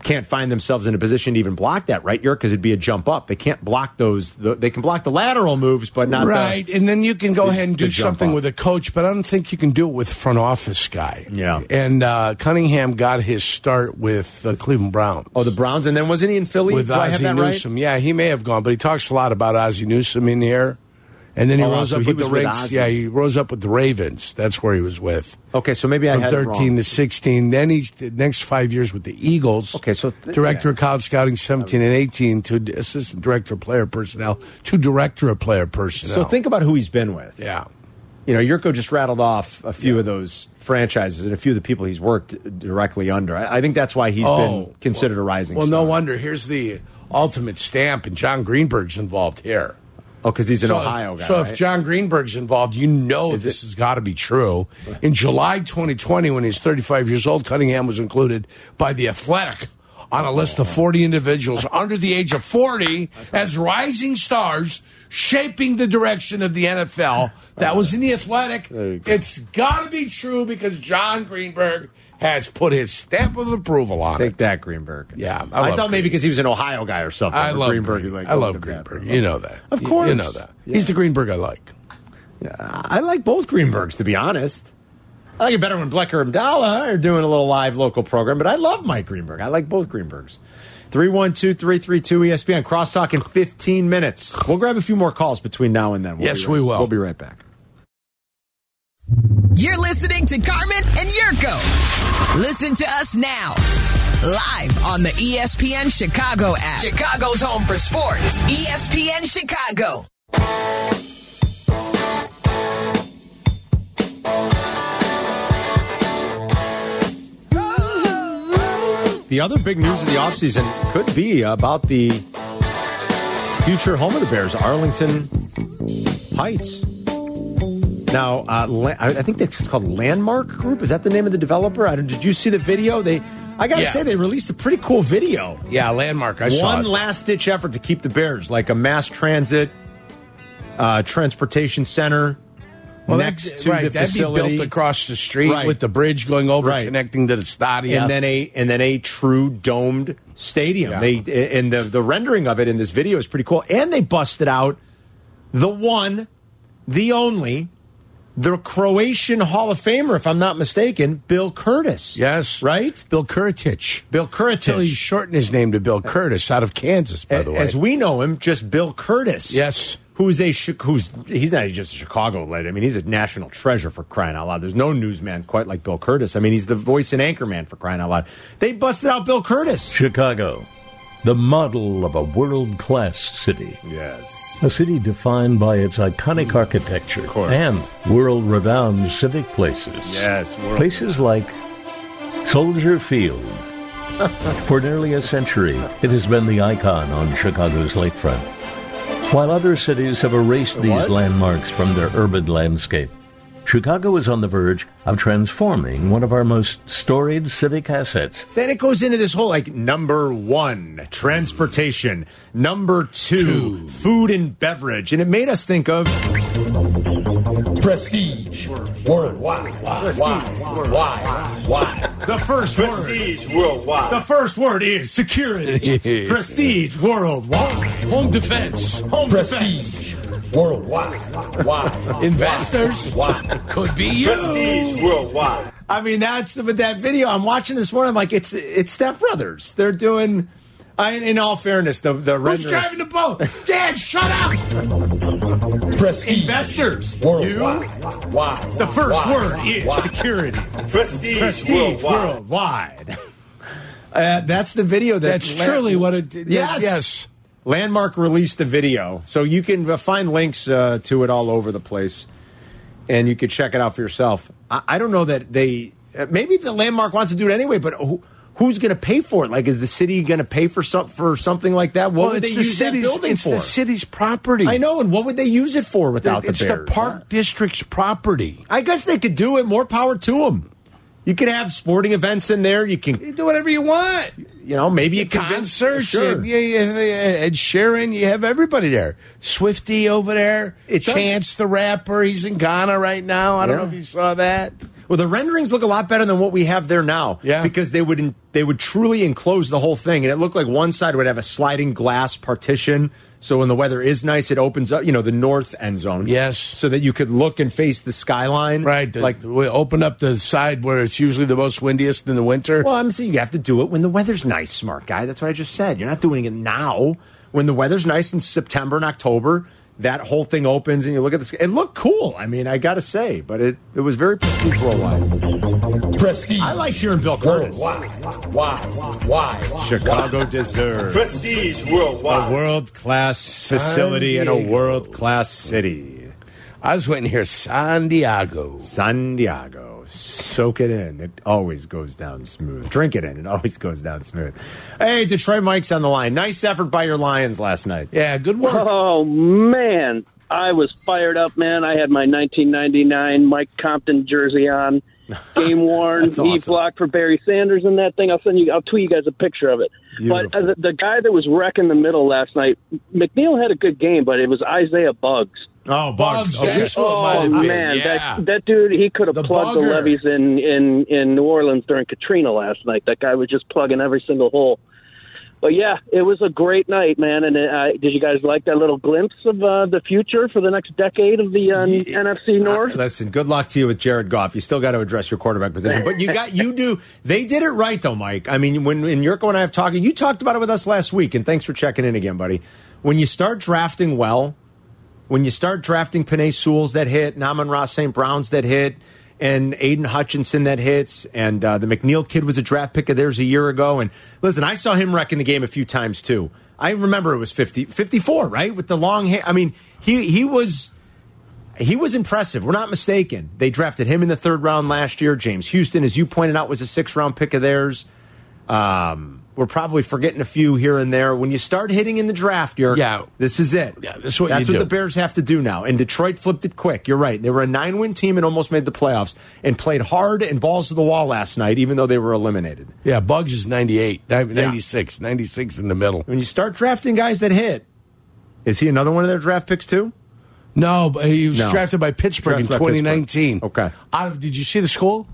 can't find themselves in a position to even block that, right, York? Because it'd be a jump up. They can't block those. The, they can block the lateral moves, but not the- right, and then you can go the- ahead and do the jump something off. with a coach, but I don't think you can do it with front office guy. Yeah. and uh, Cunningham got his start with the Cleveland Browns. Oh, the Browns, and then wasn't he in Philly? with Do I have Ozzie that right? Newsome. Yeah, he may have gone, but he talks a lot about Ozzie Newsome in here. And then he Oh, rose so up he with the was with Rinks. Ozzie. Yeah, he rose up with the Ravens. That's where he was with. Okay, so maybe I From had it wrong. 13 to 16. Then he's the next five years with the Eagles. Okay, so th- director yeah. of college scouting 17 and 18 to assistant director of player personnel to director of player personnel. So think about who he's been with. yeah. you know, Yurko just rattled off a few of those franchises and a few of the people he's worked directly under. I, I think that's why he's been considered well- a rising Oh, Well, star. no wonder. Here's the ultimate stamp, and John Greenberg's involved here. Oh, because he's an so, Ohio guy. So right? if John Greenberg's involved, you know Is this it- has got to be true. In July 2020, when he's 35 years old, Cunningham was included by the Athletic on a list of 40 individuals under the age of 40 as rising stars shaping the direction of the NFL. That was in the Athletic. There you go. It's got to be true because John Greenberg has put his stamp of approval on Take it. that, Greenberg. Yeah, I I, love thought maybe Green- because he was an Ohio guy or something. I but love Greenberg. Greenberg. you like, I love looked at Greenberg. that. You know that. Of You- course. You know that. He's the Greenberg I like. I like both Greenbergs, to be honest. I like it better when Blecker and Dalla are doing a little live local program, but I love Mike Greenberg. I like both Greenbergs. 312 332 ESPN. Crosstalk in 15 minutes. We'll grab a few more calls between now and then. We'll Yes, be right- we will. We'll be right back. You're listening to Carmen and Yurko. Listen to us now. Live on the E ESPN Chicago app. E Chicago's home for sports. ESPN Chicago. The other big news of the offseason could be about the future home of the Bears, Arlington Heights. Now, uh, La- I I think that's called Landmark Group. Is that the name of the developer? I don't, did you see the video? They, I gotta Yeah. say, they released a pretty cool video. Yeah, landmark. I saw One it. last ditch effort to keep the Bears, like a mass transit uh, transportation center Well, next that- to right, the that'd facility. be built across the street Right. with the bridge going over, Right. connecting to the stadium. and then a and then a true domed stadium. Yeah. They and the the rendering of it in this video is pretty cool. And they busted out the one, the only, the Croatian Hall of Famer, if I'm not mistaken, Bill Curtis. yes, right, Bill Kurtich. Bill Till he Curtis. shortened his name to Bill Curtis out of Kansas, by the way. As we know him, just Bill Curtis. Yes. Who's a Chi- who's he's not just a Chicago lad. I mean, he's a national treasure for crying out loud. There's no newsman quite like Bill Curtis. I mean, he's the voice and anchor man for crying out loud. They busted out Bill Curtis. Chicago, the model of a world class city. Yes. A city defined by its iconic architecture course. and world renowned civic places. Yes, world- Places like Soldier Field. For nearly a century, it has been the icon on Chicago's lakefront. While other cities have erased these was? landmarks from their urban landscape, Chicago is on the verge of transforming one of our most storied civic assets Then it goes into this whole like number one, transportation, number two, food and beverage. And it made us think of Prestige. Worldwide. Why? Why? Why? Why? the first word. Worldwide. The first word is security, prestige, worldwide. Home defense. Home Prestige. Worldwide. Why? Investors. Why? Could be you. Worldwide. I mean, that's with that video I'm watching this morning. I'm like, it's it's Step Brothers. They're doing. I, in all fairness, the the Who's renderers- driving the boat? Dad, shut up. Prestige. investors. You. Worldwide. Why? The first Why? word is Why? security, Prestige. prestige, Worldwide. worldwide. Uh, that's the video. That That's truly what it did. Yes. Yes. Landmark released the video, so you can uh, find links uh, to it all over the place and you could check it out for yourself. I, I don't know that they. uh, Maybe the landmark wants to do it anyway, but who, who's going to pay for it? Like, is the city going to pay for some, for something like that? What Well, would it's they the use city's- that building it's for? the city's property. I know, and what would they use it for without it's the the Bears? park district's property. I guess they could do it. More power to them. You could have sporting events in there. You can, You do whatever you want. you know, maybe you convince- Concerts, Sure. and, yeah, yeah, yeah, Ed Sheeran, you have everybody there. Swifty over there, It does- Chance the rapper, he's in Ghana right now. I don't Yeah. know if you saw that. Well, the renderings look a lot better than what we have there now. Yeah. because they would they would truly enclose the whole thing, and it looked like one side would have a sliding glass partition. So when the weather is nice, it opens up, you know, the north end zone. Yes. so that you could look and face the skyline. Right, the, like. like we opened up the side where it's usually the most windiest in the winter. Well, I'm saying you have to do it when the weather's nice, smart guy. That's what I just said. You're not doing it now. When the weather's nice in September and October, that whole thing opens and you look at the sky. It looked cool. I mean, I got to say, but it, it was very prestige worldwide. Prestige. I liked hearing Bill Curtis. Worldwide. Why? Why? Why? Chicago deserves. Prestige worldwide. a world class facility in a Diego. world class city. I was waiting here, San Diego. San Diego. Soak it in. It always goes down smooth. Drink it in. It always goes down smooth. Hey, Detroit Mike's on the line. Nice effort by your Lions last night. Yeah, good work. Oh man, I was fired up, man. I had my 1999 Mike Compton jersey on, game worn. That's He awesome. blocked for Barry Sanders in that thing. I'll send you. I'll tweet you guys a picture of it. Beautiful. But uh, the, the guy that was wrecking the middle last night, McNeil had a good game, but it was Isaiah Bugs. Oh, Bugs. Bugs, Okay. yes. That's what it might Oh have been, man, yeah. that that dude, he could have The plugged the bugger. levees in in in New Orleans during Katrina last night. That guy was just plugging every single hole. But yeah, it was a great night, man. And uh, did you guys like that little glimpse of uh, the future for the next decade of the uh, Yeah. NFC North? Uh, listen, good luck to you with Jared Goff. You still got to address your quarterback position, but you got you do. They did it right though, Mike. I mean, when when Yurko and I have talking, you talked about it with us last week, and thanks for checking in again, buddy. When you start drafting well, when you start drafting Panay Sewell's that hit, Naman Ross St. Brown's that hit, and Aiden Hutchinson that hits, and uh, the McNeil kid was a draft pick of theirs a year ago. And listen, I saw him wrecking the game a few times too. I remember it was 50, 54, right? With the long hair. I mean, he, he was he was impressive. We're not mistaken. They drafted him in the third round last year. James Houston, as you pointed out, was a six round pick of theirs. Um, we're probably forgetting a few here and there. When you start hitting in the draft, you're Yeah. This is it. Yeah, that's what you do. the Bears have to do now. And Detroit flipped it quick. You're right. They were a nine win team and almost made the playoffs and played hard and balls to the wall last night, even though they were eliminated. Yeah, Bugs is 98, 96, 96 in the middle. When you start drafting guys that hit, is he another one of their draft picks too? No, but he was No. drafted by Pittsburgh Drafted by in 2019. Pittsburgh. Okay. Uh, did you see the school?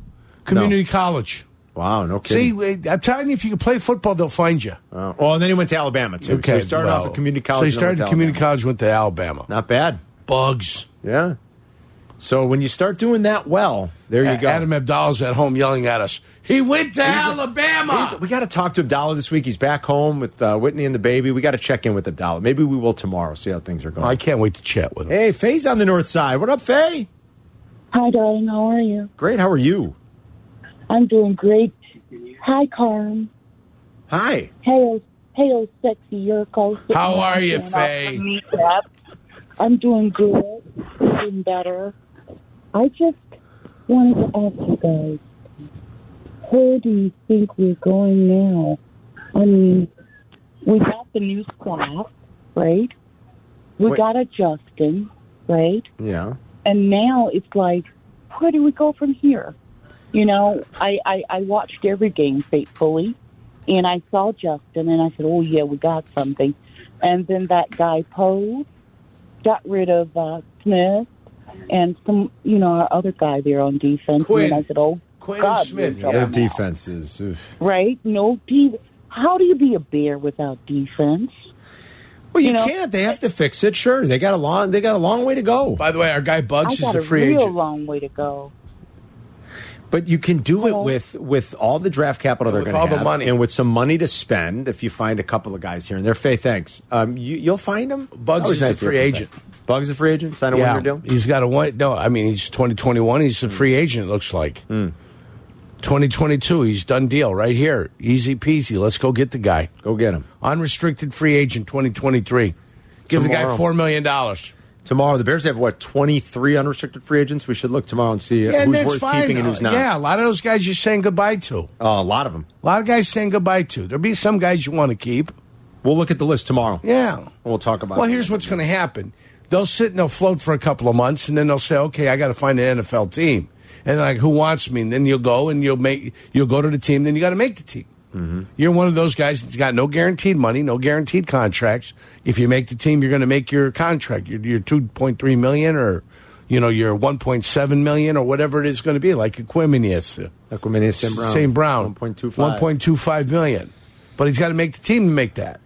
Community No. College. Wow, no See, kidding. wait, I'm telling you, if you can play football, they'll find you. Uh, well, and then he went to Alabama too. so he started off well, at community college. So he and then started went to at community Alabama. college, went to Alabama. Not bad. Bugs. Yeah. So when you start doing that well, there you A- go. Adam Abdal's at home yelling at us. He went to Alabama. He's- we got to talk to Abdallah this week. He's back home with uh, Whitney and the baby. We got to check in with Abdallah. Maybe we will tomorrow. See how things are going. I can't wait to chat with him. hey, Faye's on the north side. What up, Faye? Hi, darling. How are you? Great. How are you? I'm doing great. Hi, Carm. Hi. Hey, oh, hey, oh, sexy Yurko. How are you, Sitting off Faye? my kneecap. I'm doing good. Doing better. I just wanted to ask you guys, where do you think we're going now? I mean, we got the new staff, right? We Wait. got a Justin, right? Yeah. and now it's like, where do we go from here? You know, I, I, I watched every game faithfully, and I saw Justin, and I said, oh, yeah, we got something. And then that guy Poe got rid of uh, Smith and some, you know, our other guy there on defense. Quinn. And then I said, oh, Quinn God, Smith, we're in yeah. trouble Their now." defense is. oof. Right? No defense. How do you be a bear without defense? Well, you, You know- can't. They have to fix it. Sure, they got a long. They got a long way to go. But, By the way, our guy Bugs I is got a free real agent. long way to go. but you can do it Hello. with with all the draft capital they're With going to all have, the money. and with some money to spend. If you find a couple of guys here and there, Faye, thanks. Um, you, you'll find them. Bugs is a free agent. Bugs is a free agent. Sign a one year deal. he's got a one. No, I mean he's 2021. He's Hmm. a free agent. It looks like 2022. He's done deal right here. Easy peasy. Let's go get the guy. Go get him. Unrestricted free agent 2023. Give the Tomorrow. guy four million dollars. Tomorrow, the Bears have what twenty three unrestricted free agents. We should look tomorrow and see Yeah, and who's that's worth fine. Uh, keeping and who's not. Yeah, a lot of those guys you're saying goodbye to. Uh, a lot of them. A lot of guys saying goodbye to. There'll be some guys you want to keep. We'll look at the list tomorrow. Yeah. We'll talk about. Well, it. here's what's going to happen. They'll sit and they'll float for a couple of months, and then they'll say, "Okay, I got to find an NFL team." And like, who wants me? And then you'll go and you'll make you'll go to the team. Then you got to make the team. Mm-hmm. You're one of those guys that's got no guaranteed money, no guaranteed contracts. If you make the team, you're going to make your contract, your, your 2.3 million or you know your 1.7 million or whatever it is going to be, like Equiminius. Equiminius and Brown. St. Brown, 1.25. 1.25 million. But he's got to make the team to make that.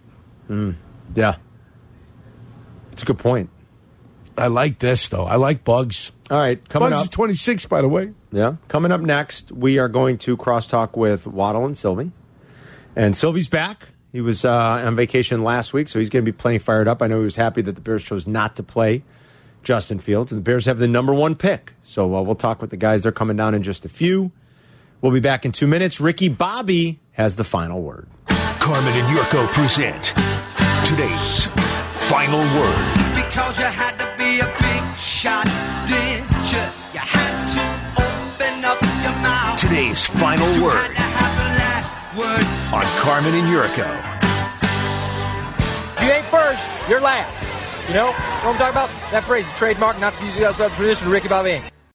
Mm, yeah, it's a good point. I like this though. I like bugs. All right, coming bugs up. is 26, by the way. Yeah. Coming up next, we are going to crosstalk with Waddle and Sylvie. And Sylvie's back. He was uh, on vacation last week, so he's going to be plenty fired up. I know he was happy that the Bears chose not to play Justin Fields, and the Bears have the number one pick. So uh, we'll talk with the guys. They're coming down in just a few. We'll be back in two minutes. Ricky Bobby has the final word. Carmen and Yurko present today's final word. Because you had to be a big shot, did you? You had to open up your mouth. Today's final word Last word. on Carmen and Yurko. If you ain't first, you're last. You know what I'm talking about? That phrase, trademark, not to use it outside tradition, Ricky Bobby.